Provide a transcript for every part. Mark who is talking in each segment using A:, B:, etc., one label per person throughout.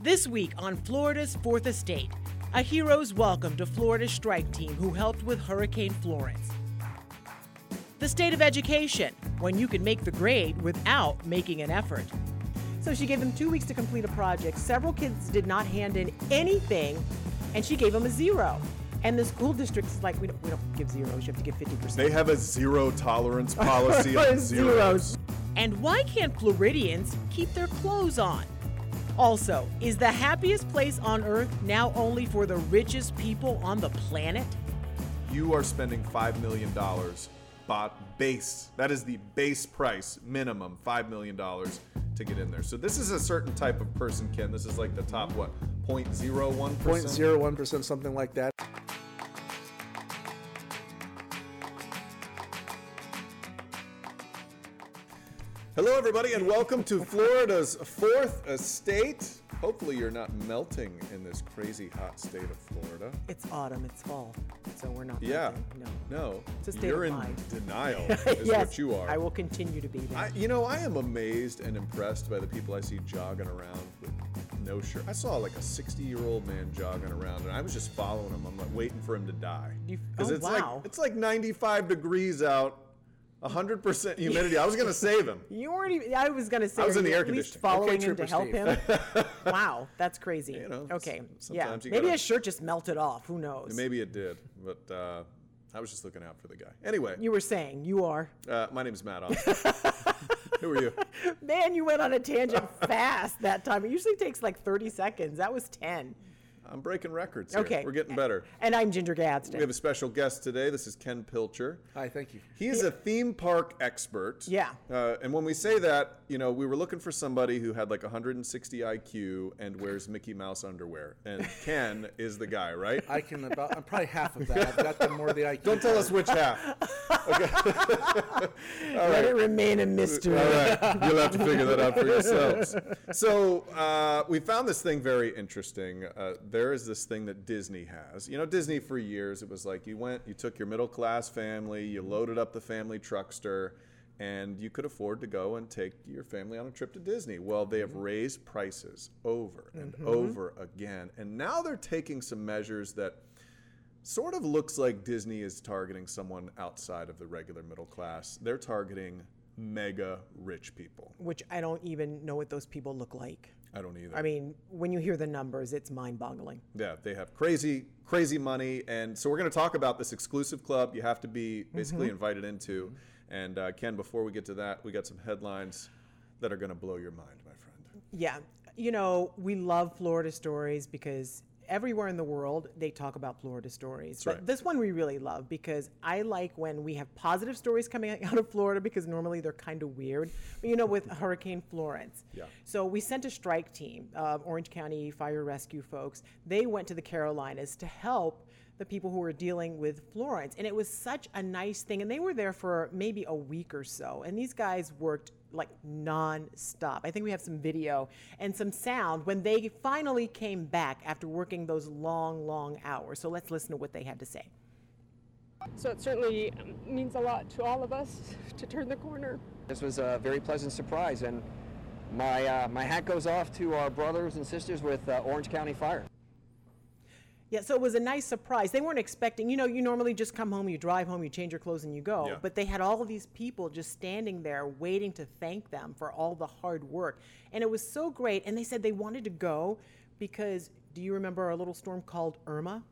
A: This week on Florida's Fourth Estate, a hero's welcome to Florida's strike team who helped with Hurricane Florence. The state of education, when you can make the grade without making an effort. So she gave them two weeks to complete a project. Several kids did not hand in anything, and she gave them a zero. And the school district is like, we don't, we don't give zeros, you have to give 50%.
B: They have a zero tolerance policy on zeros.
A: And why can't Floridians keep their clothes on? Also, is the happiest place on earth now only for the richest people on the planet?
B: You are spending $5 million bot base. That is the base price, minimum $5 million to get in there. So this is a certain type of person, Ken. This is like the top, what, 0.01%?
C: 0.01%, something like that.
B: Hello, everybody, and welcome to Florida's fourth estate. Hopefully, you're not melting in this crazy hot state of Florida.
A: It's autumn, it's fall, so we're not.
B: Yeah.
A: melting, No.
B: No.
A: It's a state
B: you're
A: of
B: in
A: mind.
B: denial, is
A: yes,
B: what you are.
A: I will continue to be there.
B: I, you know, I am amazed and impressed by the people I see jogging around with no shirt. I saw like a 60 year old man jogging around, and I was just following him. I'm like waiting for him to die.
A: You-
B: Because
A: oh,
B: it's
A: wow.
B: like it's like 95 degrees out, 100% humidity. I was gonna save him.
A: you weren't even. I was gonna say.
B: I was
A: are
B: in
A: you
B: the air
A: at least
B: conditioning.
A: Following
C: Okay,
A: him to
C: Trooper
A: help
C: Steve.
A: him. wow, that's crazy.
B: You know,
A: okay.
B: s-
A: Yeah.
B: sometimes you
A: Maybe
B: gotta-
A: his shirt just melted off. Who knows?
B: Maybe it did, but uh, I was just looking out for the guy. Anyway,
A: You were saying you are.
B: uh, my name is Matt. Austin. Who are you?
A: Man, you went on a tangent fast that time. It usually takes like 30 seconds. That was 10.
B: I'm breaking records. Here.
A: Okay.
B: we're getting better.
A: And I'm Ginger
B: We have
A: Gadsden.
B: a special guest today. This is Ken Pilcher.
C: Hi, thank you.
B: He is a theme park expert.
A: Yeah.
B: Uh, and when we say that, you know, we were looking for somebody who had like 160 IQ and wears Mickey Mouse underwear. And Ken is the guy, right?
C: I can about, I'm probably half of that. I've got the more the IQ.
B: Don't tell us which half.
A: Let it remain a mystery.
B: All right. You'll have to figure that out for yourselves. So uh, we found this thing very interesting. Uh, there is this thing that Disney has. You know, Disney for years it was like you went, you took your middle class family, you loaded up the family truckster, and you could afford to go and take your family on a trip to Disney. Well, they have raised prices over and over again, and now they're taking some measures that sort of looks like Disney is targeting someone outside of the regular middle class. They're targeting mega rich people.
A: Which I don't even know what those people look like.
B: I don't either.
A: I mean, when you hear the numbers, it's mind boggling.
B: yeah, they have crazy, crazy money. And so we're going to talk about this exclusive club you have to be basically
A: Mm-hmm.
B: invited into. And uh, Ken, before we get to that, we got some headlines that are going to blow your mind, my friend.
A: Yeah. You know, we love Florida stories because everywhere in the world they talk about Florida stories. but
B: right.
A: this one we really love because I like when we have positive stories coming out of Florida because normally they're kind of weird. But you know, with Hurricane Florence.
B: Yeah.
A: So we sent a strike team, uh, Orange County Fire Rescue folks. They went to the Carolinas to help the people who were dealing with Florence. And it was such a nice thing. And they were there for maybe a week or so. And these guys worked like nonstop. I think we have some video and some sound when they finally came back after working those long, long hours. So let's listen to what they had to say.
D: So it certainly um, means a lot to all of us to turn the corner.
E: This was a very pleasant surprise, and my uh, my hat goes off to our brothers and sisters with uh, Orange County Fire.
A: Yeah, so it was a nice surprise. They weren't expecting, you know, you normally just come home, you drive home, you change your clothes, and you go.
B: Yeah.
A: But they had all of these people just standing there waiting to thank them for all the hard work. And it was so great. And they said they wanted to go because do you remember our little storm called Irma?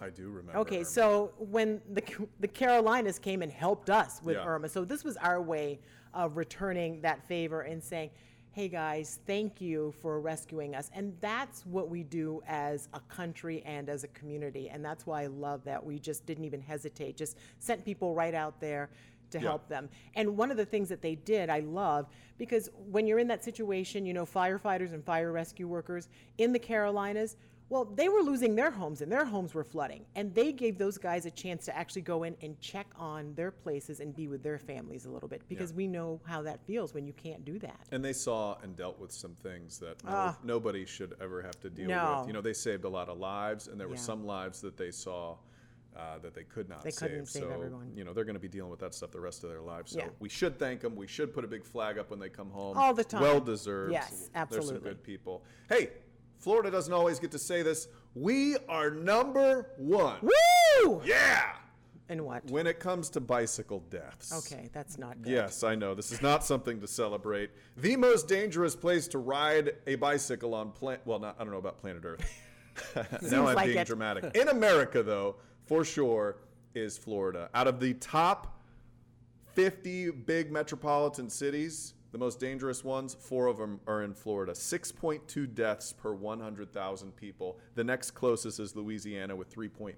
B: I do remember.
A: Okay,
B: Irma.
A: so when the, C- the Carolinas came and helped us with
B: Yeah.
A: Irma, so this was our way of returning that favor and saying, hey guys, thank you for rescuing us. And that's what we do as a country and as a community. And that's why I love that we just didn't even hesitate, just sent people right out there to help them. And one of the things that they did, I love, because when you're in that situation, you know, firefighters and fire rescue workers in the Carolinas, well, they were losing their homes and their homes were flooding. And they gave those guys a chance to actually go in and check on their places and be with their families a little bit because we know how that feels when you can't do that.
B: And they saw and dealt with some things that no, nobody should ever have to deal
A: Ah. No.
B: with. You know, they saved a lot of lives, and there were
A: Yeah.
B: some lives that they saw uh, that they could not
A: They
B: save.
A: couldn't save
B: so,
A: everyone.
B: you know, they're going to be dealing with that stuff the rest of their lives. So
A: Yeah.
B: we should thank them. We should put a big flag up when they come home.
A: All the time.
B: Well deserved.
A: Yes,
B: They're some
A: absolutely.
B: good people. Hey, Florida doesn't always get to say this. We are number one.
A: Woo!
B: Yeah.
A: And what?
B: When it comes to bicycle deaths.
A: Okay, that's not good.
B: Yes, I know. This is not something to celebrate. The most dangerous place to ride a bicycle on planet. Well, not, I don't know about planet Earth. now I'm
A: like
B: being
A: it.
B: dramatic. In America, though, for sure, is Florida. Out of the top 50 big metropolitan cities, the most dangerous ones, four of them are in Florida. 6.2 deaths per 100,000 people. The next closest is Louisiana with 3.9.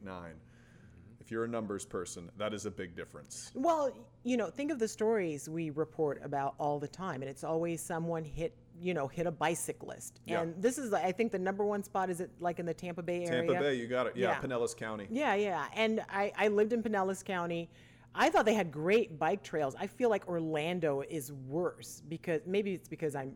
B: If you're a numbers person, that is a big difference.
A: Well, you know, think of the stories we report about all the time, and it's always someone hit, you know, hit a bicyclist.
B: Yeah.
A: And this is, I think, the number one spot is it like in the Tampa Bay area.
B: Tampa Bay, you got it. Yeah,
A: Yeah.
B: Pinellas County.
A: Yeah, yeah. And I, I lived in Pinellas County. I thought they had great bike trails. I feel like Orlando is worse because maybe it's because I'm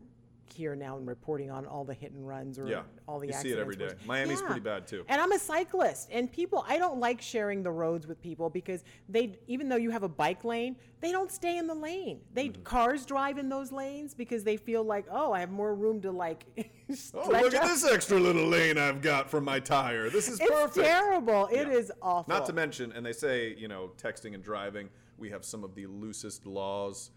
A: here now and reporting on all the hit and runs or
B: Yeah.
A: all the
B: You see
A: accidents.
B: it every
A: which-
B: day. Miami's pretty bad, too.
A: And I'm a cyclist and people I don't like sharing the roads with people because they even though you have a bike lane, they don't stay in the lane. They
B: Mm-hmm.
A: cars drive in those lanes because they feel like, "Oh, I have more room to like
B: Oh,
A: stretch
B: look at
A: out."
B: this extra little lane I've got from my tire. This is
A: It's
B: perfect.
A: terrible. It is awful.
B: Not to mention, and they say, you know, texting and driving, we have some of the loosest laws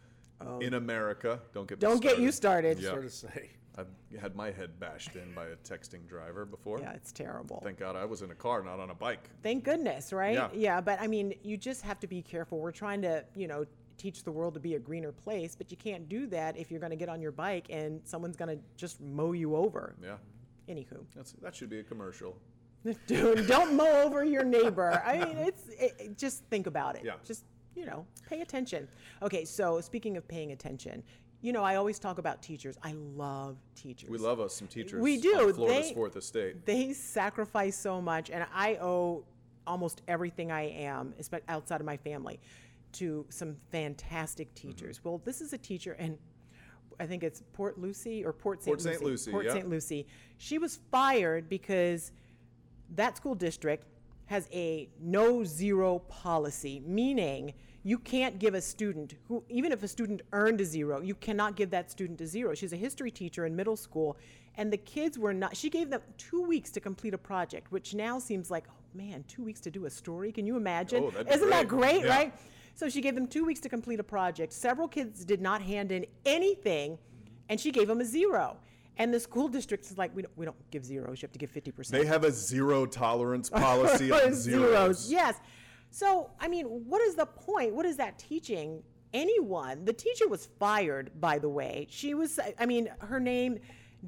B: in America. Don't get me
A: Oh. Don't get you started.
B: Yeah.
C: Sort of say.
B: I've had my head bashed in by a texting driver before.
A: Yeah, it's terrible.
B: Thank God I was in a car, not on a bike.
A: Thank goodness, right?
B: Yeah.
A: but I mean, you just have to be careful. We're trying to, you know, teach the world to be a greener place, but you can't do that if you're going to get on your bike and someone's going to just mow you over.
B: Yeah.
A: Anywho,
B: That's, that should be a commercial.
A: Dude, don't mow over your neighbor. I mean, it's it, it- just think about it.
B: Yeah.
A: Just you know, pay attention. Okay, so speaking of paying attention, you know, I always talk about teachers. I love teachers.
B: We love us some teachers.
A: We do.
B: On Florida's
A: They-
B: Fourth Estate.
A: They sacrifice so much, and I owe almost everything I am, especially outside of my family, to some fantastic teachers.
B: Mm-hmm.
A: Well, this is a teacher, and I think it's Port Lucie or Port St.
B: Port St. Lucie,
A: Port
B: yeah.
A: St. Lucie. She was fired because that school district has a no zero policy, meaning you can't give a student who, even if a student earned a zero, you cannot give that student a zero. She's a history teacher in middle school, and the kids were not, she gave them two weeks to complete a project, which now seems like, oh man, two weeks to do a story? Can you imagine?
B: Oh, that'd be
A: Isn't that
B: great.
A: great,
B: Yeah.
A: right? So she gave them two weeks to complete a project. Several kids did not hand in anything, and she gave them a zero. And the school district is like, we don't, we don't give zeros. You have to give 50%.
B: They have a zero tolerance policy
A: Or
B: on zeros.
A: Yes. So, I mean, what is the point? What is that teaching anyone? The teacher was fired, by the way. She was, I mean, her name,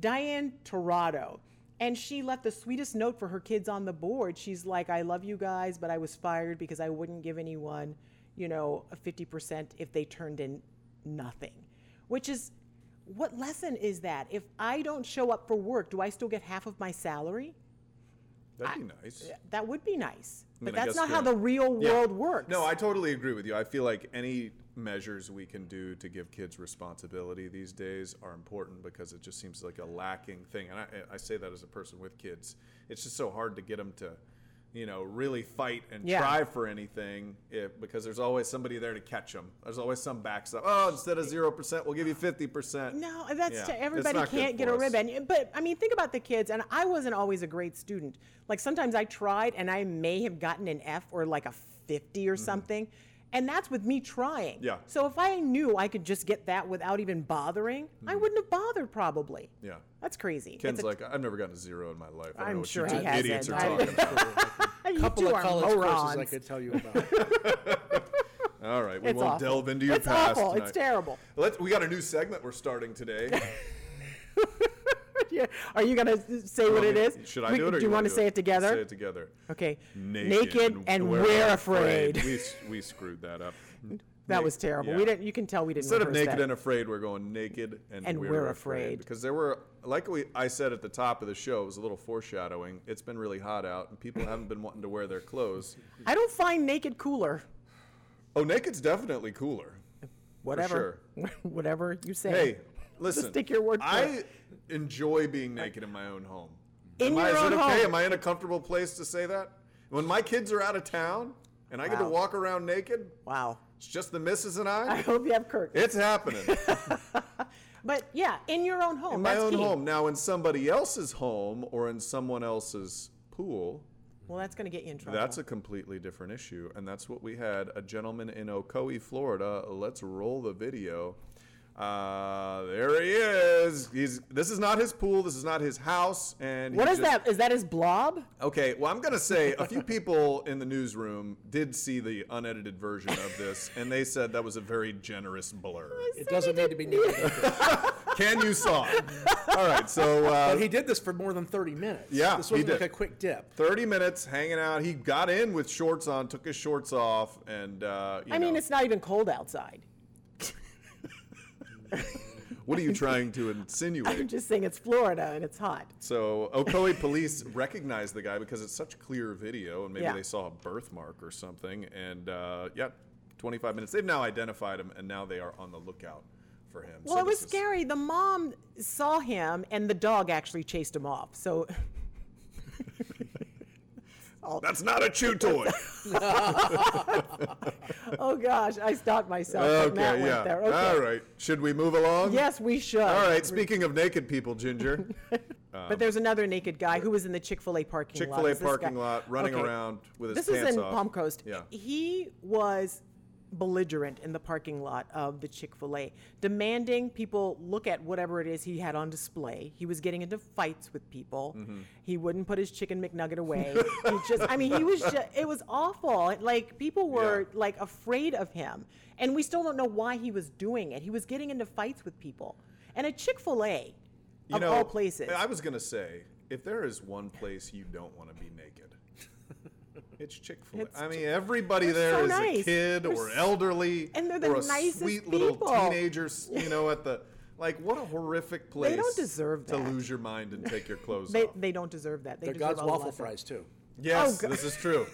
A: Diane Torado. And she left the sweetest note for her kids on the board. She's like, I love you guys, but I was fired because I wouldn't give anyone, you know, a 50% if they turned in nothing, which is, what lesson is that? If I don't show up for work, do I still get half of my salary?
B: That'd be nice.
A: That would be nice.
B: I
A: But
B: mean, I
A: that's
B: guess
A: not how
B: the-
A: the real
B: Yeah.
A: world works.
B: No, I totally agree with you. I feel like any measures we can do to give kids responsibility these days are important because it just seems like a lacking thing. And I, I say that as a person with kids. It's just so hard to get them to, you know, really fight and
A: Yeah.
B: try for anything if, because there's always somebody there to catch them. There's always some backstop. Oh, instead of 0%, we'll give you 50%.
A: No, that's
B: Yeah,
A: to,
B: it's
A: everybody
B: not good
A: can't get a
B: for us.
A: ribbon. But I mean, think about the kids. And I wasn't always a great student. Like sometimes I tried and I may have gotten an F or like a 50 or something. And that's with me trying.
B: Mm-hmm. Yeah.
A: So if I knew I could just get that without even bothering, I wouldn't have bothered probably.
B: Mm-hmm. Yeah.
A: That's crazy.
B: Ken's
A: It's a-
B: like, I've never gotten a zero in my life. I don't know
A: I'm
B: what
A: sure
B: you
A: he
B: two
A: hasn't.
B: idiots are
A: I-
B: talking about.
A: you
C: couple
A: two
C: of
A: are
C: college courses I
A: morons.
C: could tell you about.
B: All right, we
A: It's
B: won't
A: awful.
B: delve into your
A: It's
B: past.
A: awful. It's
B: tonight.
A: terrible.
B: Let's, we got a new segment we're starting today.
A: Yeah. Are you going to say what it is?
B: Should I
A: We-
B: do it? Or
A: Do you want to
B: wanna
A: say it together?
B: Say it together.
A: Okay. and we're, afraid.
B: We, s- we screwed that up.
A: that
B: Naked-
A: was terrible.
B: yeah.
A: We didn't. You can tell we didn't.
B: Instead of
A: rehearse
B: naked
A: that.
B: and afraid, we're going naked and,
A: And
B: we're,
A: we're
B: afraid.
A: afraid.
B: because there were like we I said at the top of the show it was a little foreshadowing. It's been really hot out and people haven't been wanting to wear their clothes.
A: I don't find naked cooler.
B: Oh, naked's definitely cooler.
A: Whatever. Whatever you say.
B: Hey, listen.
A: stick your word to
B: I enjoy being naked in my own home.
A: In
B: Am I,
A: your
B: is
A: own
B: it okay?
A: home.
B: Am I in a comfortable place to say that? When my kids are out of town and I get to
A: Wow.
B: walk around naked,
A: Wow.
B: it's just the missus and
A: I
B: I.
A: hope you have Kirk.
B: It's happening.
A: But yeah, in your own home.
B: In my
A: that's
B: own
A: key.
B: home. Now, in somebody else's home or in someone else's pool,
A: Well, that's going to get you in trouble.
B: that's a completely different issue. And that's what we had. A gentleman in Ocoee, Florida. Let's roll the video. Uh, there he is. He's. This is not his pool. This is not his house. And he
A: What is
B: just-
A: that? Is that his blob?
B: Okay, well, I'm going to say a few people in the newsroom did see the unedited version of this, and they said that was a very generous blur.
C: It doesn't need to be new.
B: Can you saw it? All right, so uh,
C: But he did this for more than 30 minutes.
B: Yeah,
C: This
B: he
C: wasn't
B: did.
C: like a quick dip.
B: 30 minutes hanging out. He got in with shorts on, took his shorts off, and uh, you
A: I mean,
B: know,
A: it's not even cold outside.
B: what are you trying to insinuate?
A: I'm just saying it's Florida and it's hot.
B: So Ocoee police recognized the guy because it's such clear video, and maybe
A: Yeah.
B: they saw a birthmark or something. And uh, yeah, 25 minutes. They've now identified him, and now they are on the lookout for him.
A: Well,
B: So
A: it was
B: this is-
A: scary. The mom saw him, and the dog actually chased him off. So
B: That's not a chew toy.
A: Oh gosh, I stopped myself. but Matt
B: okay,
A: went
B: yeah.
A: there. Okay.
B: All right. Should we move along?
A: Yes, we should.
B: All right. Speaking of naked people, Ginger,
A: But there's another naked guy who was in the Chick Fil A parking
B: Chick
A: lot.
B: Fil A
A: Is this guy-
B: parking lot, running
A: Okay.
B: around with his
A: This
B: pants
A: is in
B: off.
A: Palm Coast.
B: Yeah.
A: He was belligerent in the parking lot of the Chick Fil A, demanding people look at whatever it is he had on display. He was getting into fights with people.
B: Mm-hmm.
A: He wouldn't put his chicken McNugget away. he just, I mean, he was just, it was awful. It- Like people were
B: Yeah.
A: like afraid of him, and we still don't know why he was doing it. He was getting into fights with people, and a Chick Fil A.
B: You
A: of
B: know,
A: all places.
B: I was gonna say, if there is one place you don't want to be naked, it's Chick Fil
A: It's
B: A. I mean, everybody there
A: so
B: is a
A: nice.
B: kid
A: They're
B: or
A: s-
B: elderly,
A: and they're the
B: or a
A: nicest
B: sweet little
A: people.
B: teenager. s- You know, at the like, what a horrific place.
A: don't deserve
B: to
A: that.
B: lose your mind and take your clothes
A: They,
B: off.
A: they don't deserve that. They
C: They're
A: deserve
C: God's
A: a lot
C: waffle
A: better.
C: fries, too.
B: yes,
A: Oh, God.
B: this is true.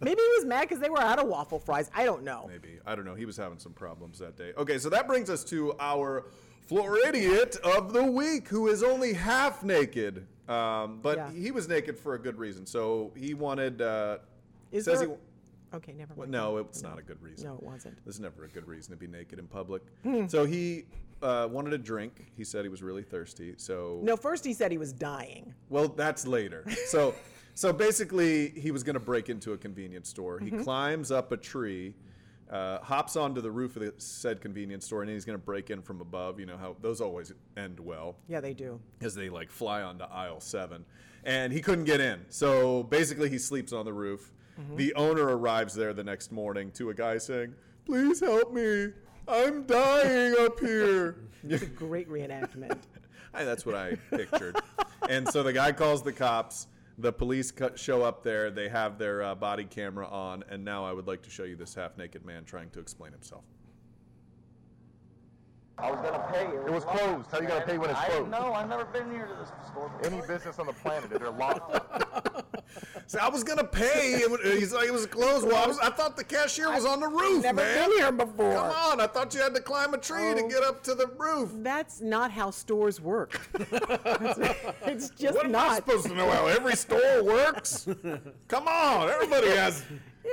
A: Maybe he was mad because they were out of waffle fries. I don't know.
B: Maybe I don't know. He was having some problems that day. Okay, so that brings us to our Floridiot of the week, who is only half naked, um, but
A: Yeah.
B: he was naked for a good reason. So he wanted. Uh,
A: Is
B: says
A: there?
B: he,
A: okay, never mind.
B: well, no, it's not a good reason.
A: No, it wasn't. Hmm.
B: There's never a good reason to be naked in public. so he uh, wanted a drink. He said he was really thirsty. So
A: No, first he said he was dying.
B: well, that's later. So, so basically, he was going to break into a convenience store. He climbs up a tree, uh, hops onto the roof of the said convenience store, and then he's going to break in from above. You know how those always end well
A: Yeah, they do.
B: as they like fly onto aisle seven. And he couldn't get in. So basically, he sleeps on the roof. The owner arrives there the next morning to a guy saying, Please help me. I'm dying up here.
A: It's a great reenactment.
B: I, that's what I pictured. and so the guy calls the cops. The police cut, show up there. They have their uh, body camera on. And now I would like to show you this half naked man trying to explain himself.
F: I was gonna pay. It
G: was closed. How you gonna pay when it's
F: I didn't
G: closed?
F: know. I've never been here to this store. before.
G: any business on the planet if they're locked up.
B: So I was going to pay. It was, he's like, it was closed. Well, I, was, I thought the cashier was on the roof,
A: Never
B: man.
A: been here before.
B: Come on. I thought you had to climb a tree to get up to the roof.
A: That's not how stores work. it's just
B: What am I
A: not.
B: supposed to know how every store works? Come on. Everybody has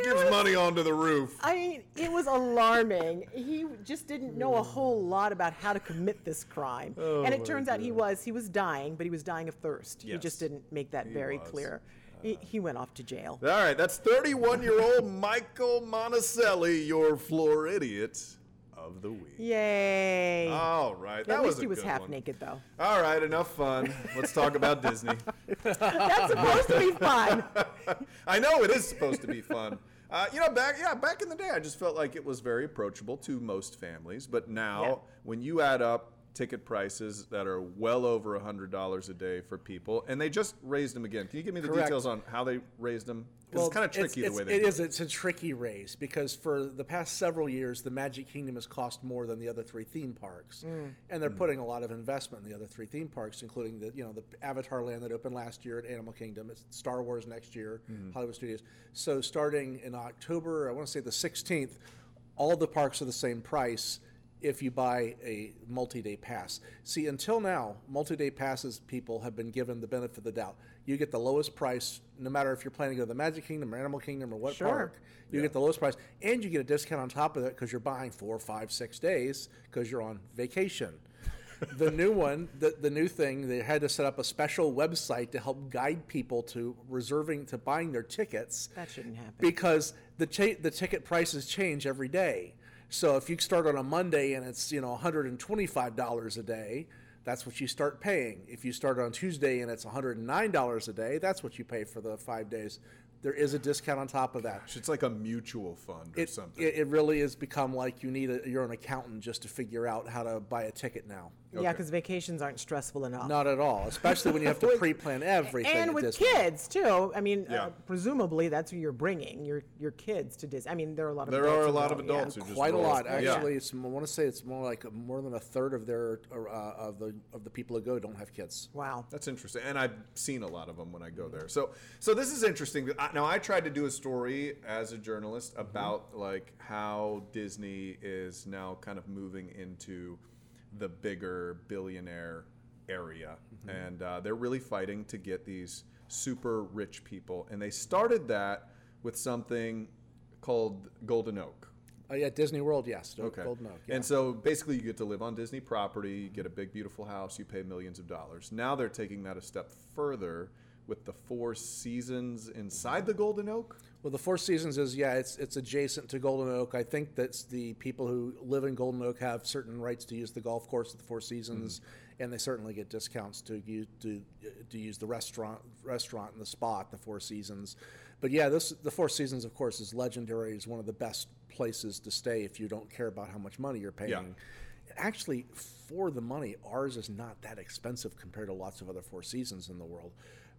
B: gives money onto the roof.
A: I mean, it was alarming. He just didn't know a whole lot about how to commit this crime.
B: Oh
A: and it turns out he was he was dying, but he was dying of thirst. He
B: Yes.
A: just didn't make that very
B: was. Uh.
A: clear. He, he went off to jail.
B: All right, that's 31 year old Michael Monticelli, your floor idiot of the week.
A: Yay.
B: All right, that
A: At
B: was
A: least
B: a
A: he was
B: good
A: half
B: one.
A: naked though.
B: All right, enough fun. Let's talk about Disney.
A: That's supposed to be fun.
B: I know it is supposed to be fun. Uh, you know, back yeah, back in the day, I just felt like it was very approachable to most families. But now,
A: Yeah.
B: when you add up ticket prices that are well over hundred dollars a day for people, and they just raised them again. Can you give me the
C: Correct.
B: details on how they raised them? 'Cause it's kind of tricky
C: it's,
B: the way they
C: it
B: do
C: is. It's a tricky race because for the past several years, the Magic Kingdom has cost more than the other three theme parks, and
B: Mm.
C: they're putting a lot of investment in the other three theme parks, including the you know the Avatar Land that opened last year at Animal Kingdom, it's Star Wars next year,
B: Mm-hmm.
C: Hollywood Studios. So starting in October, I want to say the 16th, all the parks are the same price. if you buy a multi-day pass. See, until now, multi-day passes people have been given the benefit of the doubt. You get the lowest price, no matter if you're planning to go to the Magic Kingdom or Animal Kingdom or what
A: Sure.
C: park. You get the lowest price, and you get a discount on top of that because you're buying four, five, six days because you're on vacation. the new one, the, the new thing, they had to set up a special website to help guide people to reserving to buying their tickets
A: That shouldn't happen.
C: because the cha- the ticket prices change every day. So if you start on a Monday and it's you know one hundred and twenty five dollars a day, that's what you start paying. If you start on Tuesday and it's one hundred and nine dollars a day, that's what you pay for the five days. There is a discount on top of that.
B: It's like a mutual fund or
C: It,
B: something.
C: it, it really has become like you need a, you're an accountant just to figure out how to buy a ticket now.
A: Yeah, because vacations aren't stressful enough.
C: Not at all, especially when you have to pre-plan everything.
A: and
C: at
A: with
C: Disney.
A: kids too. I mean,
B: Yeah.
A: uh, presumably that's who you're bringing your your kids to Disney. I mean, there are a lot of
B: there
A: adults
B: are a lot of
A: involved, yeah.
B: adults who just
C: quite a
B: roll.
C: lot
B: Yeah.
C: actually it's i want to say it's more like more than a third of their uh, of the of the people who go don't have kids
A: Wow.
B: That's interesting, and I've seen a lot of them when I go there. So, so this is interesting. I- Now, I tried to do a story as a journalist
C: Mm-hmm.
B: about like how Disney is now kind of moving into the bigger billionaire area,
C: Mm-hmm.
B: and uh, they're really fighting to get these super rich people. And they started that with something called Golden Oak.
C: oh yeah disney world yes Don't-
B: Okay.
C: golden oak yeah.
B: And so basically, you get to live on Disney property, you get a big, beautiful house, you pay millions of dollars. Now they're taking that a step further with the four seasons inside the Golden Oak.
C: well the four seasons is yeah it's it's adjacent to golden oak i think that's the people who live in golden oak have certain rights to use the golf course at the four seasons
B: Mm-hmm.
C: and they certainly get discounts to use to to use the restaurant restaurant and the spa at the four seasons but yeah this the four seasons of course is legendary is one of the best places to stay if you don't care about how much money you're paying actually for the money ours is not that expensive compared to lots of other four seasons in the world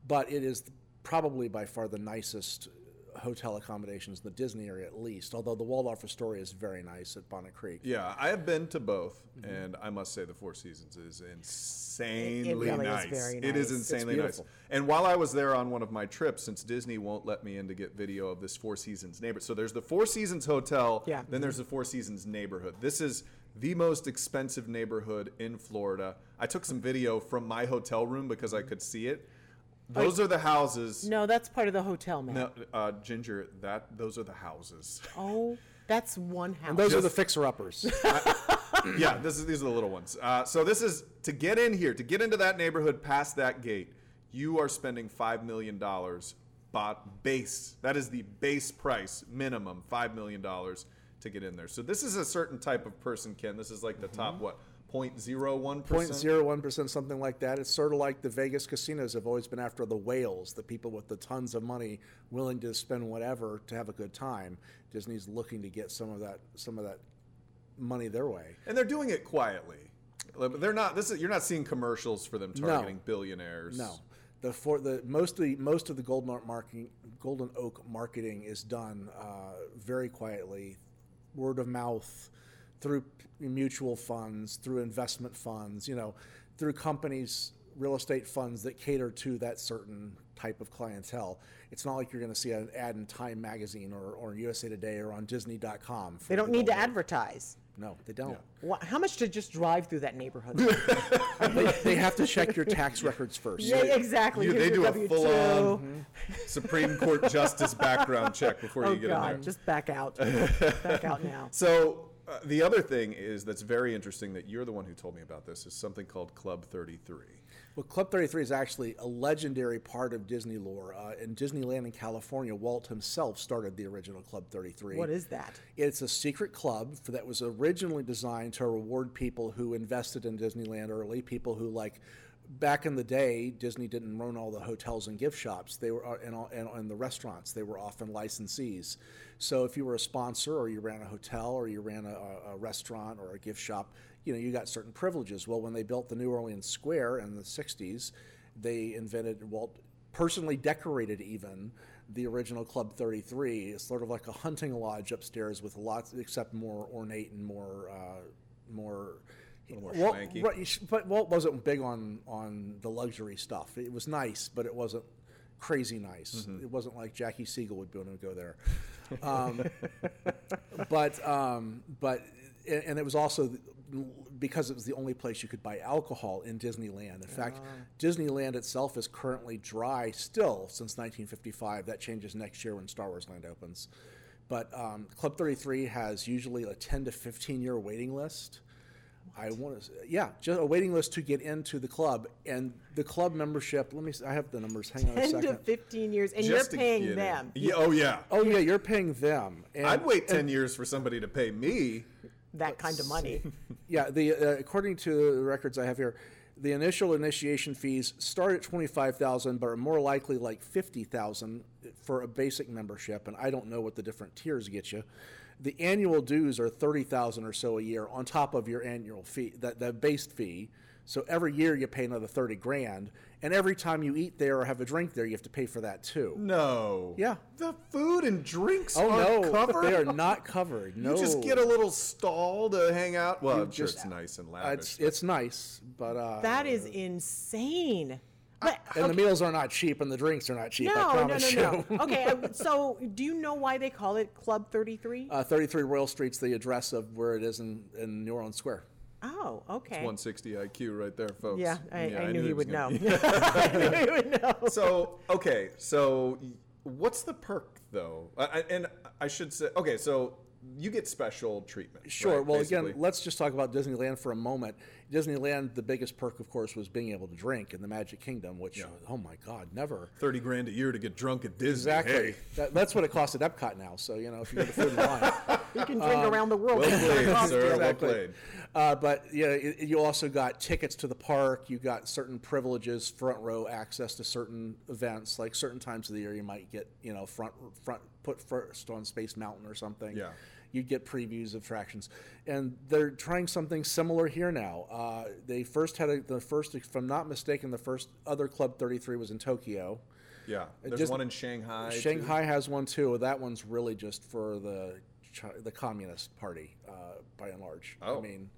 C: but it is probably by far the nicest uh, hotel accommodations in the disney area at least although the waldorf astoria is very nice at bonnet creek
B: Yeah, I have been to both,
A: Mm-hmm.
B: and I must say the Four Seasons is insanely
A: really is
B: nice.
A: very
B: It
A: nice.
B: is
A: It's
B: insanely nice.
C: beautiful.
B: And while I was there on one of my trips, since Disney won't let me in to get video of this Four Seasons neighborhood, so there's the Four Seasons Hotel,
A: Yeah.
B: then there's the Four Seasons neighborhood. This is the most expensive neighborhood in Florida. I took some video from my hotel room because I could see it. Those are the houses.
A: No, that's part of the hotel, man.
B: No, uh, Ginger, that those are the houses.
A: Oh, that's one house.
C: those are the fixer-uppers
B: yeah, this is these are the little ones. Uh, so this is to get in here, to get into that neighborhood, past that gate, you are spending five million dollars. Bought base. That is the base price minimum, five million dollars to get in there. So this is a certain type of person, Ken. This is like the top what point zero one percent.
C: 0.01% something like that it's sort of like the vegas casinos have always been after the whales the people with the tons of money willing to spend whatever to have a good time disney's looking to get some of that some of that money their way
B: And they're doing it quietly. Like, They're not. This is you're not seeing commercials for them targeting billionaires.
C: No, the for the most of the most of the Golden Oak marketing, Golden Oak marketing is done uh, very quietly, word of mouth, through p- mutual funds, through investment funds, you know, through companies, real estate funds that cater to that certain type of clientele. It's not like you're going to see an ad in Time Magazine or, or USA Today or on Disney.com. for
A: they don't
C: the
A: need to
C: Golden Oak.
A: advertise.
C: No, they don't.
A: Wha how much to just drive through that neighborhood?
C: they, they have to check your tax records first.
A: yeah, exactly.
B: You-
A: Here's
B: they
A: your
B: do a
A: W-2.
B: full-on Supreme Court justice background check before
A: Oh
B: you get in there.
A: God, just back out. back out now.
B: So uh, the other thing is that's very interesting that you're the one who told me about this is something called Club 33.
C: Well, Club 33 is actually a legendary part of Disney lore. Uh, in Disneyland in California, Walt himself started the original Club 33.
A: What is that?
C: It's a secret club for, that was originally designed to reward people who invested in Disneyland early, people who like. Back in the day, Disney didn't run all the hotels and gift shops. They were uh, and, all- and, and the restaurants. They were often licensees. So if you were a sponsor, or you ran a hotel, or you ran a, a- a restaurant or a gift shop, you know you got certain privileges. Well, when they built the New Orleans Square in the '60s, they invented Walt personally decorated even the original Club 33 is sort of like a hunting lodge upstairs with lots, except more ornate and more, uh, more.
B: more
C: Walt-
B: swanky.
C: right, you sh- but Walt wasn't big on on the luxury stuff. It was nice, but it wasn't crazy nice.
B: Mm-hmm.
C: It wasn't like Jackie Siegel would be able to go there. Um, but um, but and, and it was also th- because it was the only place you could buy alcohol in Disneyland. In fact, Disneyland itself is currently dry still since 1955. That changes next year when Star Wars Land opens. But um, Club 33 has usually a 10 to 15 year waiting list. I want to, yeah, just a waiting list to get into the club and the club membership. Let me, s- I have the numbers. Hang on a
A: 10 to
C: second.
A: 15 years, and
B: Just to
A: you're paying
B: get in.
A: them.
B: Yeah, oh yeah.
C: Oh yeah, you're paying them. And,
B: I'd wait ten years for somebody to pay me.
A: that kind of money.
C: Yeah, the uh, according to the records I have here, the initial initiation fees start at twenty five thousand, but are more likely like fifty thousand for a basic membership. And I don't know what the different tiers get you. The annual dues are thirty thousand or so a year on top of your annual fee, that the base fee. So every year you pay another thirty grand, and every time you eat there or have a drink there, you have to pay for that too.
B: No.
C: Yeah.
B: The food and drinks
C: Oh
B: are
C: no,
B: covered.
C: they are not covered. No,
B: You just get a little stall to hang out. Well, I'm sure
C: just-
B: it's nice and
C: Uh,
B: lavish.
C: It's it's nice, but uh,
A: That is insane. But
C: And the meals are not cheap, and the drinks are not cheap. I
A: no, no,
C: promise
A: no,
C: you.
A: no. okay, I- so do you know why they call it Club 33?
C: Uh, 33 Royal Street's the address of where it is in, in New Orleans Square.
A: oh, okay.
B: 160 IQ right there, folks.
A: yeah, I, I, knew
B: he
A: you
B: was
A: would
B: gonna-
A: know. I knew you would know.
B: so okay, so y- what's the perk though? I, I- and I should say, okay, so you get special treatment.
C: Sure.
B: right,
C: well, again,
B: basically?
C: let's just talk about Disneyland for a moment. Disneyland, the biggest perk, of course, was being able to drink in the Magic Kingdom, which, oh my God, never.
B: thirty grand a year to get drunk at Disney.
C: Exactly.
B: Hey.
C: That, that's what it costs at Epcot now. So, you know, if you go to food and wine.
A: You can drink around the world.
B: Well played, sir. Well
C: Exactly.
B: played.
C: Uh, but you, know, it- you also got tickets to the park. You got certain privileges, front row access to certain events, like certain times of the year you might get you know front front put first on Space Mountain or something.
B: Yeah.
C: You'd get previews of attractions, and they're trying something similar here now. Uh, they first had a, the first, if I'm not mistaken, the first other Club 33 was in Tokyo.
B: Yeah, there's
C: just-
B: one in Shanghai. too.
C: Shanghai has one too. That one's really just for the Chi- the Communist Party, uh, by and large. I
B: Oh.
C: mean,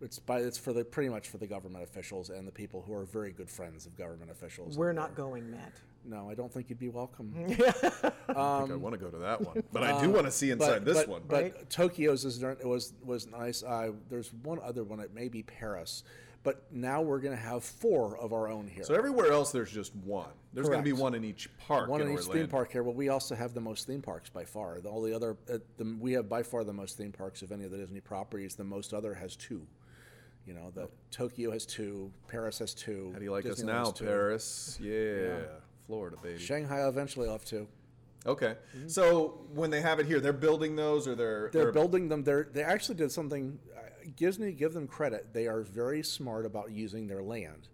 C: it's by it's for the pretty much for the government officials and the people who are very good friends of government officials.
A: We're not going, Matt.
C: No, I don't think you'd be welcome.
B: I think I want to go to that one, but I do want to see inside this
C: um, uh, but,
B: one.
C: But Tokyo's is it was was nice. Uh, there's one other one. It may be Paris, but now we're gonna have four of our own here.
B: so everywhere else, there's just one. There's going to be
C: Correct.
B: one in each park.
C: one
B: in
C: in each
B: Orlando.
C: theme park here. Well, we also have the most theme parks by far. The- All the other, uh, the, we have by far the most theme parks of any of the Disney properties. The most other has two. You know, the Tokyo has two, Paris has two.
B: Oh. How do you like us
C: Disneyland
B: now,
C: has two.
B: Paris? Yeah. Florida, baby.
C: Shanghai eventually will have two.
B: okay. So when they have it here, they're building those or they're.
C: They're building them. They're they actually did something. Uh, Disney give them credit. They are very smart about using their land.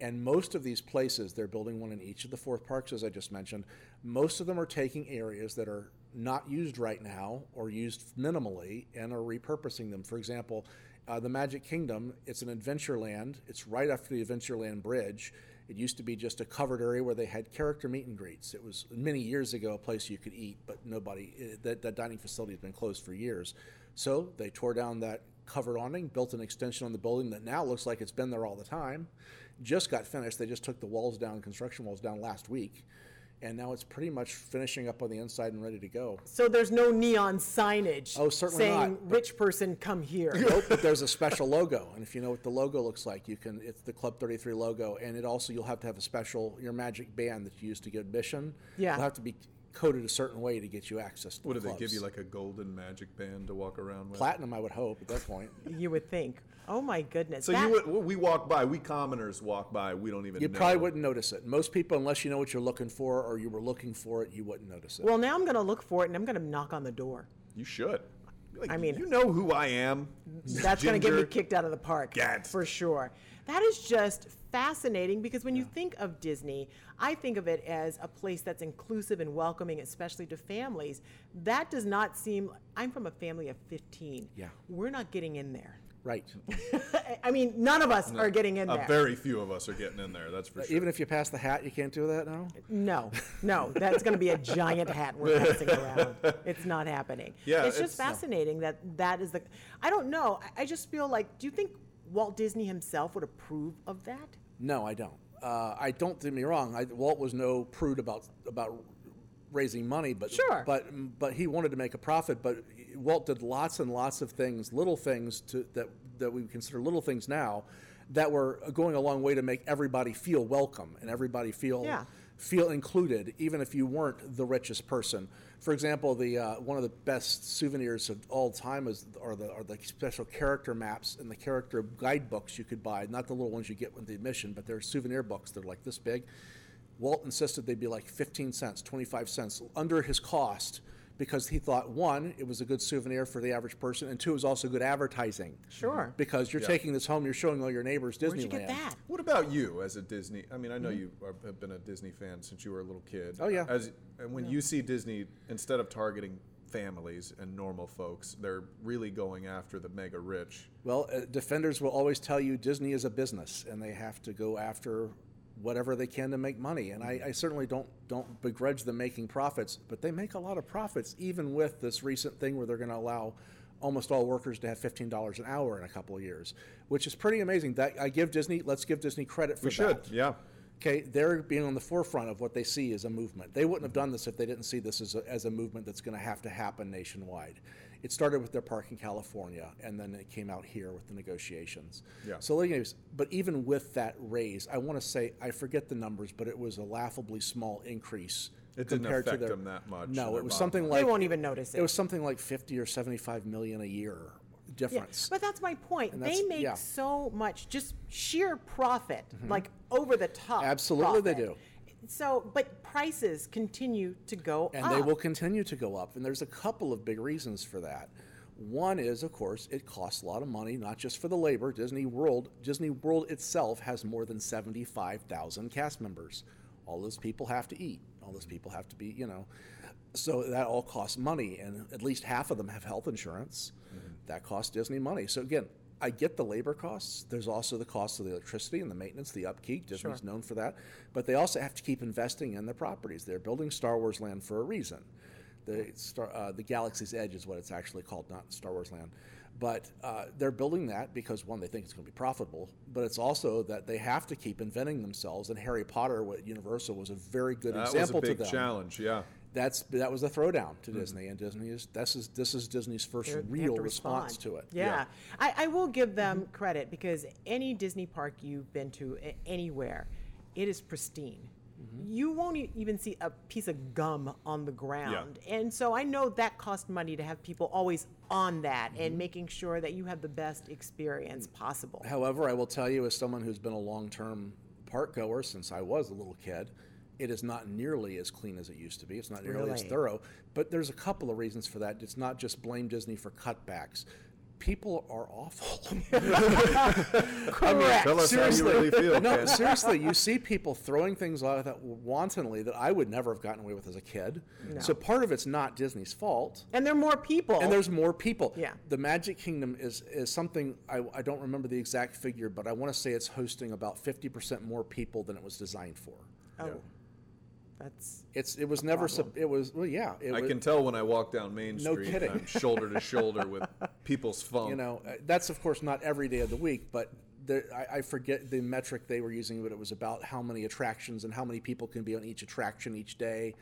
C: And most of these places, they're building one in each of the four parks, as I just mentioned. Most of them are taking areas that are not used right now or used minimally and are repurposing them. For example, uh, the Magic Kingdom, it's an Adventureland. It's right after the Adventureland Bridge. It used to be just a covered area where they had character meet and greets. It was many years ago a place you could eat, but nobody, it, that, that dining facility has been closed for years. So they tore down that covered awning, built an extension on the building that now looks like it's been there all the time. Just got finished. They just took the walls down, construction walls down last week. And now it's pretty much finishing up on the inside and ready to go.
A: So there's no neon signage
C: Oh, certainly
A: saying
C: not, but-
A: rich person come here.
C: Nope, Oh, but there's a special logo, and if you know what the logo looks like, you can. It's the Club 33 logo, and it also you'll have to have a special your magic band that you use to get admission.
A: Yeah.
C: will have to be coded a certain way to get you access. To
B: what do
C: the
B: they give
C: clubs.
B: you, like a golden magic band to walk around with?
C: platinum? I would hope at that point.
A: you would think. Oh my goodness.
B: So
A: that-
B: you would, well, we walk by, we commoners walk by, we don't even
C: You
B: know.
C: probably wouldn't notice it. Most people, unless you know what you're looking for or you were looking for it, you wouldn't notice it.
A: Well, now I'm going to look for it and I'm going to knock on the door.
B: You should. Be like,
A: I mean-
B: you know who I am.
A: That's going to get me
B: Ginger.
A: kicked out of the park
B: Yes.
A: for sure. That is just fascinating because when you think of Disney, I think of it as a place that's inclusive and welcoming, especially to families. That does not seem. I'm from a family of 15.
C: Yeah.
A: we're not getting in there.
C: right.
A: I mean, none of us are getting in
B: Uh,
A: there.
B: very few of us are getting in there. That's for sure.
C: Even if you pass the hat, you can't do that now.
A: no, no, that's going to be a giant hat we're passing around. It's not happening.
B: Yeah,
A: it's just
B: it's- no.
A: fascinating that that is the. I don't know. I, I just feel like. Do you think Walt Disney himself would approve of
B: Mm-hmm.
A: that?
C: No, I don't. Uh, I don't. Do me wrong. I, Walt was no prude about about raising money, but
A: Sure.
C: but but he wanted to make a profit. But Walt did lots and lots of things, little things to, that that we consider little things now, that were going a long way to make everybody feel welcome and everybody feel
A: Yeah.
C: feel included, even if you weren't the richest person. For example, the uh, one of the best souvenirs of all time is are the are the special character maps and the character guidebooks you could buy. Not the little ones you get with the admission, but they're souvenir books. They're like this big. Walt insisted they'd be like 15 cents, 25 cents under his cost because he thought one, it was a good souvenir for the average person, and two, it was also good advertising.
A: Sure.
C: Because you're
B: Yeah.
C: taking this home, you're showing all your neighbors Disneyland.
A: Where'd you get that?
B: What about you as a Disney? I mean, I know you are, have been a Disney fan since you were a little kid.
C: Mm-hmm. Oh, yeah.
B: As and when you see Disney, instead of targeting families and normal folks, they're really going after the mega rich.
C: Well, uh, defenders will always tell you Disney is a business, and they have to go after whatever they can to make money. And I, I certainly don't don't begrudge them making profits, but they make a lot of profits even with this recent thing where they're going to allow almost all workers to have fifteen dollars an hour in a couple of years, which is pretty amazing. That I give Disney, let's give Disney credit for
B: We should,
C: that.
B: yeah.
C: Okay, they're being on the forefront of what they see as a movement. They wouldn't have done this if they didn't see this as a, as a movement that's going to have to happen nationwide. It started with their park in California, and then it came out here with the negotiations.
B: Yeah.
C: So, anyways, but even with that raise, I want to say I forget the numbers, but it was a laughably small increase.
B: It didn't
C: compared to
B: affect
C: their,
B: them that much,
C: No,
B: their
C: it was
B: bottom
C: something
B: line.
C: like
A: they won't even notice it.
C: it was something like fifty or seventy-five million a year
A: Yeah,
C: difference.
A: But that's my point. They
C: that's-
A: make
C: yeah. Mm-hmm.
A: so much, just sheer profit, like over the top.
C: Absolutely they
A: profit. So, but prices continue to go
C: and
A: up.
C: they will continue to go up. And there's a couple of big reasons for that. One is, of course, it costs a lot of money, not just for the labor. Disney World, Disney World itself has more than 75,000 cast members. All those people have to eat. All those people have to be, you know. So that all costs money, and at least half of them have health insurance.
A: Mm-hmm.
C: That costs Disney money. So again, I get the labor costs. There's also the cost of the electricity and the maintenance, the upkeep. Disney's known for that. But they also have to keep investing in their properties. They're building Star Wars Land for a reason. The Star, uh, the Galaxy's Edge is what it's actually called, not Star Wars Land. But uh, they're building that because one, they think it's going to be profitable, but it's also that they have to keep inventing themselves. And Harry Potter at Universal was a very good
B: That was a
C: example
B: big
C: to them
B: challenge. Mm-hmm. Yeah.
C: that's that was a throwdown to Disney, and Disney is this is this is Disney's 1st
A: They're- they have
C: real
A: to
C: response to
A: respond.
C: it.
A: Yeah, I, I will give them credit because any Disney park you've been to a- anywhere, it is pristine.
C: Mm-hmm.
A: You won't e- even see a piece of gum on the ground, and so I know that cost money to have people always on that
C: Mm-hmm.
A: and making sure that you have the best experience possible.
C: However, I will tell you, as someone who's been a long-term park goer since I was a little kid, it is not nearly as clean as it used to be. It's not nearly as
A: Really?
C: thorough. But there's a couple of reasons for that. It's not just blame Disney for cutbacks. People are awful.
B: Tell us how you really feel.
C: no,
B: Ken.
C: seriously, you see people throwing things out that wantonly that I would never have gotten away with as a kid. So part of it's not Disney's fault.
A: And there are more people.
C: And there's more people.
A: Yeah.
C: The Magic Kingdom is is something I, I don't remember the exact figure, but I want to say it's hosting about fifty percent more people than it was designed for.
A: oh, that's
C: It's it was never sub, it was well yeah it
B: I
C: was,
B: can tell when I walk down Main
C: No
B: Street,
C: kidding.
B: I'm shoulder to shoulder with people's phone.
C: you know uh, that's of course not every day of the week, but there, I, I forget the metric they were using, but it was about how many attractions and how many people can be on each attraction each day,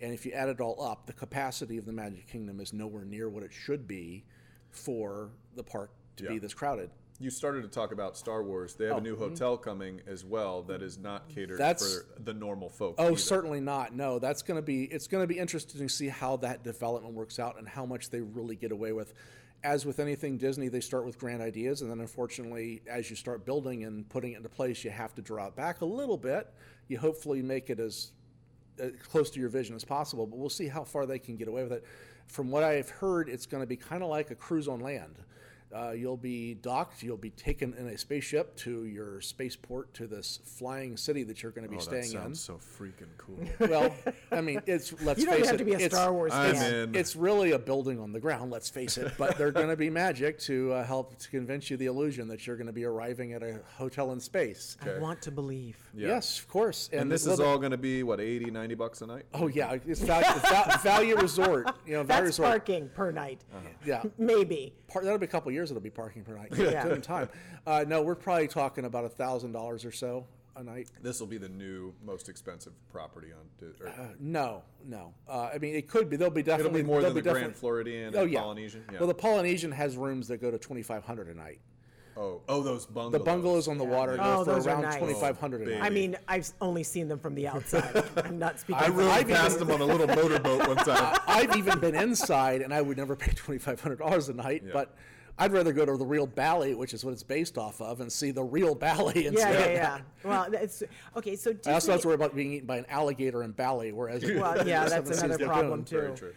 C: and if you add it all up, the capacity of the Magic Kingdom is nowhere near what it should be for the park to be
B: Yeah.
C: this crowded.
B: you started to talk about Star Wars. They have a new hotel coming as well that is not catered
C: Oh, mm-hmm. That's-
B: for the normal folk.
C: Oh,
B: either.
C: certainly not. No, that's going to be it's going to be interesting to see how that development works out and how much they really get away with. As with anything Disney, they start with grand ideas, and then unfortunately, as you start building and putting it into place, you have to draw it back a little bit. You hopefully make it as uh, close to your vision as possible, but we'll see how far they can get away with it. From what I have heard, it's going to be kind of like a cruise on land. Uh, you'll be docked, you'll be taken in a spaceship to your spaceport to this flying city that you're going to be
B: Oh, that
C: staying in.
B: sounds so freaking cool.
C: Well, I mean, it's let's
A: you don't even
C: face
A: have
C: it,
A: to be a
C: it's-
A: Star Wars
B: I'm
A: fan.
B: in.
C: It's really a building on the ground. Let's face it, but they're going to be magic to uh, help to convince you the illusion that you're going to be arriving at a hotel in space.
A: I want to believe.
C: Yes, of course.
B: and this is
C: well,
B: all going to be what 80, 90 bucks a night.
C: Oh yeah, it's value, value resort. You know, value
A: That's
C: resort.
A: parking per night.
C: Yeah.
A: Maybe.
C: Par- that'll be a couple years. It'll be parking per night. Yeah, good in time. Uh, no, we're probably talking about a thousand dollars or so. a night.
B: This will be the new most expensive property on. di- Or,
C: No, no. Uh, I mean, it could be. There'll be Uh, definitely.
B: it'll be more
C: there'll
B: than the Grand
C: definitely-
B: Floridian
C: Oh
B: and
C: yeah.
B: Polynesian. Yeah.
C: Well, the Polynesian has rooms that go to twenty five hundred a night.
B: oh, oh, those bungalows.
C: The bungalows on the water go
A: Oh,
C: for
A: those are
C: around
A: nice.
C: twenty five hundred a
B: Big.
C: night.
A: I mean, I've s- only seen them from the outside. I'm not speaking.
B: I
A: from-
B: rode
C: I've
B: past
C: even-
B: them on a little motorboat one time.
C: I've even been inside, and I would never pay twenty five hundred dollars a night.
B: Yeah.
C: But I'd rather go to the real Bali, which is what it's based off of, and see the real Bali.
A: yeah,
C: Instead.
A: yeah, yeah. Well, it's okay. So
C: I also have
A: Disney-
C: to worry about being eaten by an alligator in Bali, whereas
A: Well, yeah, that's
C: Seven
A: another
C: Seas
A: problem
C: Lagoon.
A: too.
B: Very true.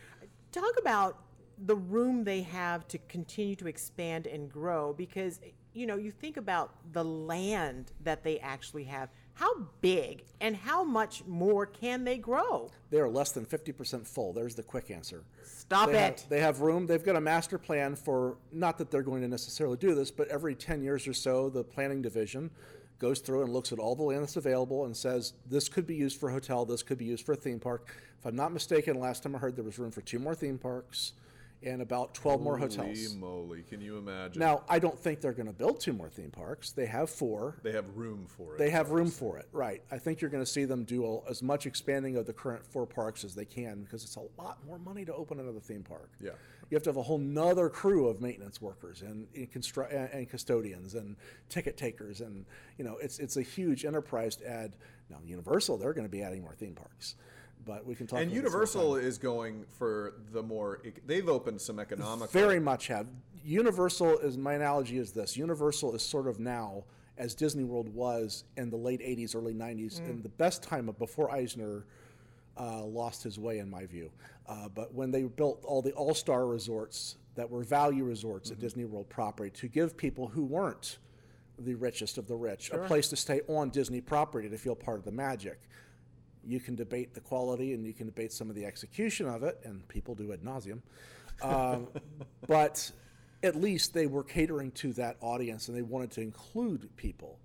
A: Talk about the room they have to continue to expand and grow because you know you think about the land that they actually have. How big and how much more can they grow?
C: They are less than fifty percent full. There's the quick answer.
A: Stop
C: They have,
A: it.
C: they have room. They've got a master plan for not that they're going to necessarily do this, but every ten years or so, the planning division goes through and looks at all the land that's available and says this could be used for a hotel, this could be used for a theme park. If I'm not mistaken, last time I heard there was room for two more theme parks and about twelve more hotels.
B: Holy moly! Can you imagine?
C: Now, I don't think they're going to build two more theme parks. They have four.
B: they have room for it.
C: They have room for it, right? I think you're going to see them do a, as much expanding of the current four parks as they can because it's a lot more money to open another theme park.
B: Yeah.
C: you have to have a whole nother crew of maintenance workers and and, constru- and and custodians and ticket takers, and you know it's it's a huge enterprise to add. Now, Universal, they're going to be adding more theme parks, but we can talk.
B: And
C: about this sometime.
B: Universal is going for the more. ec- They've opened some economic.
C: Very much have. Universal is my analogy is this. Universal is sort of now as Disney World was in the late 80s, early 90s, in the best time of before Eisner uh, lost his way, in my view. Uh, but when they built all the all star resorts that were value resorts at Disney World property to give people who weren't the richest of the rich a place to stay on Disney property to feel part of the magic. You can debate the quality and you can debate some of the execution of it, and people do ad nauseum um, but at least they were catering to that audience and they wanted to include people.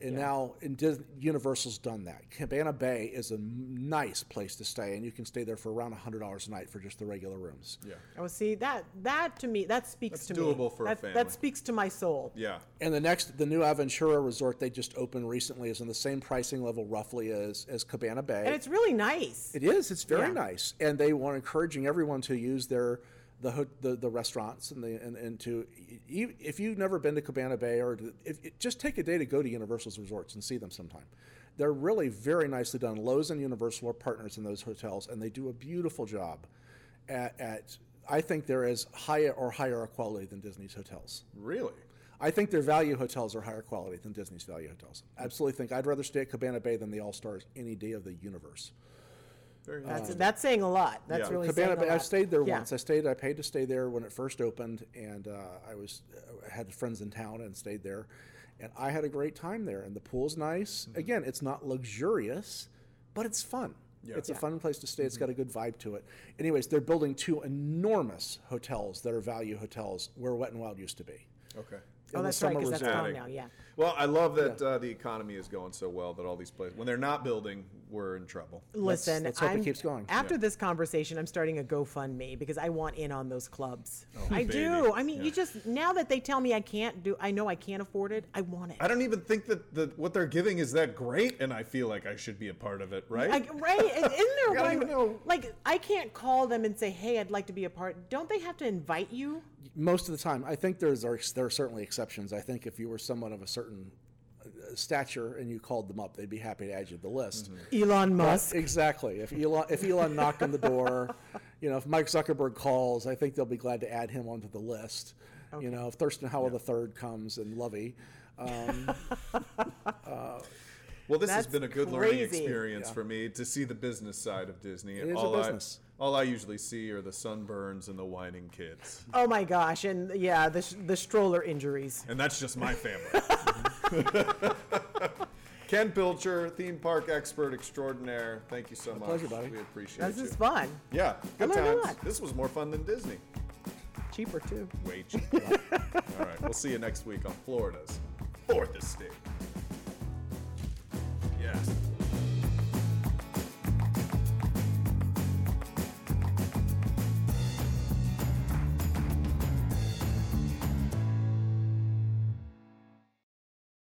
C: And now in Dis- Universal's done that. Cabana Bay is a m- nice place to stay, and you can stay there for around $100 a night for just the regular rooms.
B: Yeah.
A: Oh, see that that to me that speaks
B: That's
A: to me.
B: doable for a
A: that,
B: family.
A: That speaks to my soul.
B: Yeah.
C: And the next, the new Aventura resort they just opened recently is in the same pricing level roughly as, as Cabana Bay.
A: And it's really nice.
C: It is. It's very
A: Yeah.
C: nice, and they want encouraging everyone to use their the ho- the, the restaurants and the and, and to e- if you've never been to Cabana Bay or to, if, if- just take a day to go to Universal's resorts and see them sometime. They're really very nicely done. Lowe's and Universal are partners in those hotels, and they do a beautiful job. At, at I think they're as high or higher a quality than Disney's hotels.
B: Really.
C: I think their value hotels are higher quality than Disney's value hotels. Absolutely think I'd rather stay at Cabana Bay than the All Stars any day of the universe.
B: Very
A: That's
B: interesting.
A: that's saying a lot. That's
B: Yeah.
A: really
C: um, Cabana
A: saying a
C: Bay.
A: lot.
C: I stayed there
A: Yeah.
C: once. I stayed. I paid to stay there when it first opened, and uh, I was I had friends in town and stayed there, and I had a great time there. And the pool's nice.
A: Mm-hmm.
C: Again, it's not luxurious, but it's fun. It's a fun place to stay.
A: Mm-hmm.
C: It's got a good vibe to it. Anyways, they're building two enormous hotels that are value hotels where Wet and Wild used to be.
B: okay.
A: Oh,
C: in
A: that's
C: the
A: right,
C: summer
A: because that's gone
B: residing.
A: now. Yeah.
B: Well, I love that uh, the economy is going so well that all these places, when they're not building, we're in trouble.
A: Listen,
C: let's hope it
A: I'm-
C: keeps going.
A: After this conversation, I'm starting a GoFundMe because I want in on those clubs. I
B: Oh, baby.
A: do. I mean,
B: Yeah.
A: you just now that they tell me I can't do, I know I can't afford it. I want it.
B: I don't even think that the, what they're giving is that great, and I feel like I should be a part of it, right?
A: Like, right? Is- Isn't there
B: gotta
A: one?
B: know.
A: Like, I can't call them and say, "Hey, I'd like to be a part." Don't they have to invite you?
C: most of the time i think there's there are certainly exceptions i think if you were someone of a certain uh, stature and you called them up they'd be happy to add you to the list
A: Mm-hmm. Elon
C: But
A: Musk.
C: exactly if elon if elon knocked on the door you know if mike zuckerberg calls i think they'll be glad to add him onto the list you know if thurston howell the third comes and lovey um,
B: Well, this has
A: That's
B: been a good learning
A: crazy.
B: experience for me to see the business side of Disney.
C: is a
B: all
C: business.
B: I, all I usually see are the sunburns and the whining kids,
A: Oh my gosh! And yeah, the sh- the stroller injuries.
B: and that's just my family. Ken Pilcher, theme park expert extraordinaire. Thank you so much.
C: pleasure, buddy.
B: We appreciate
A: This
B: you.
A: is fun.
B: Yeah, good
A: learned a
B: times.
A: lot.
B: This was more fun than Disney.
A: Cheaper too.
B: Way cheaper. all right, we'll see you next week on Florida's Fourth Estate.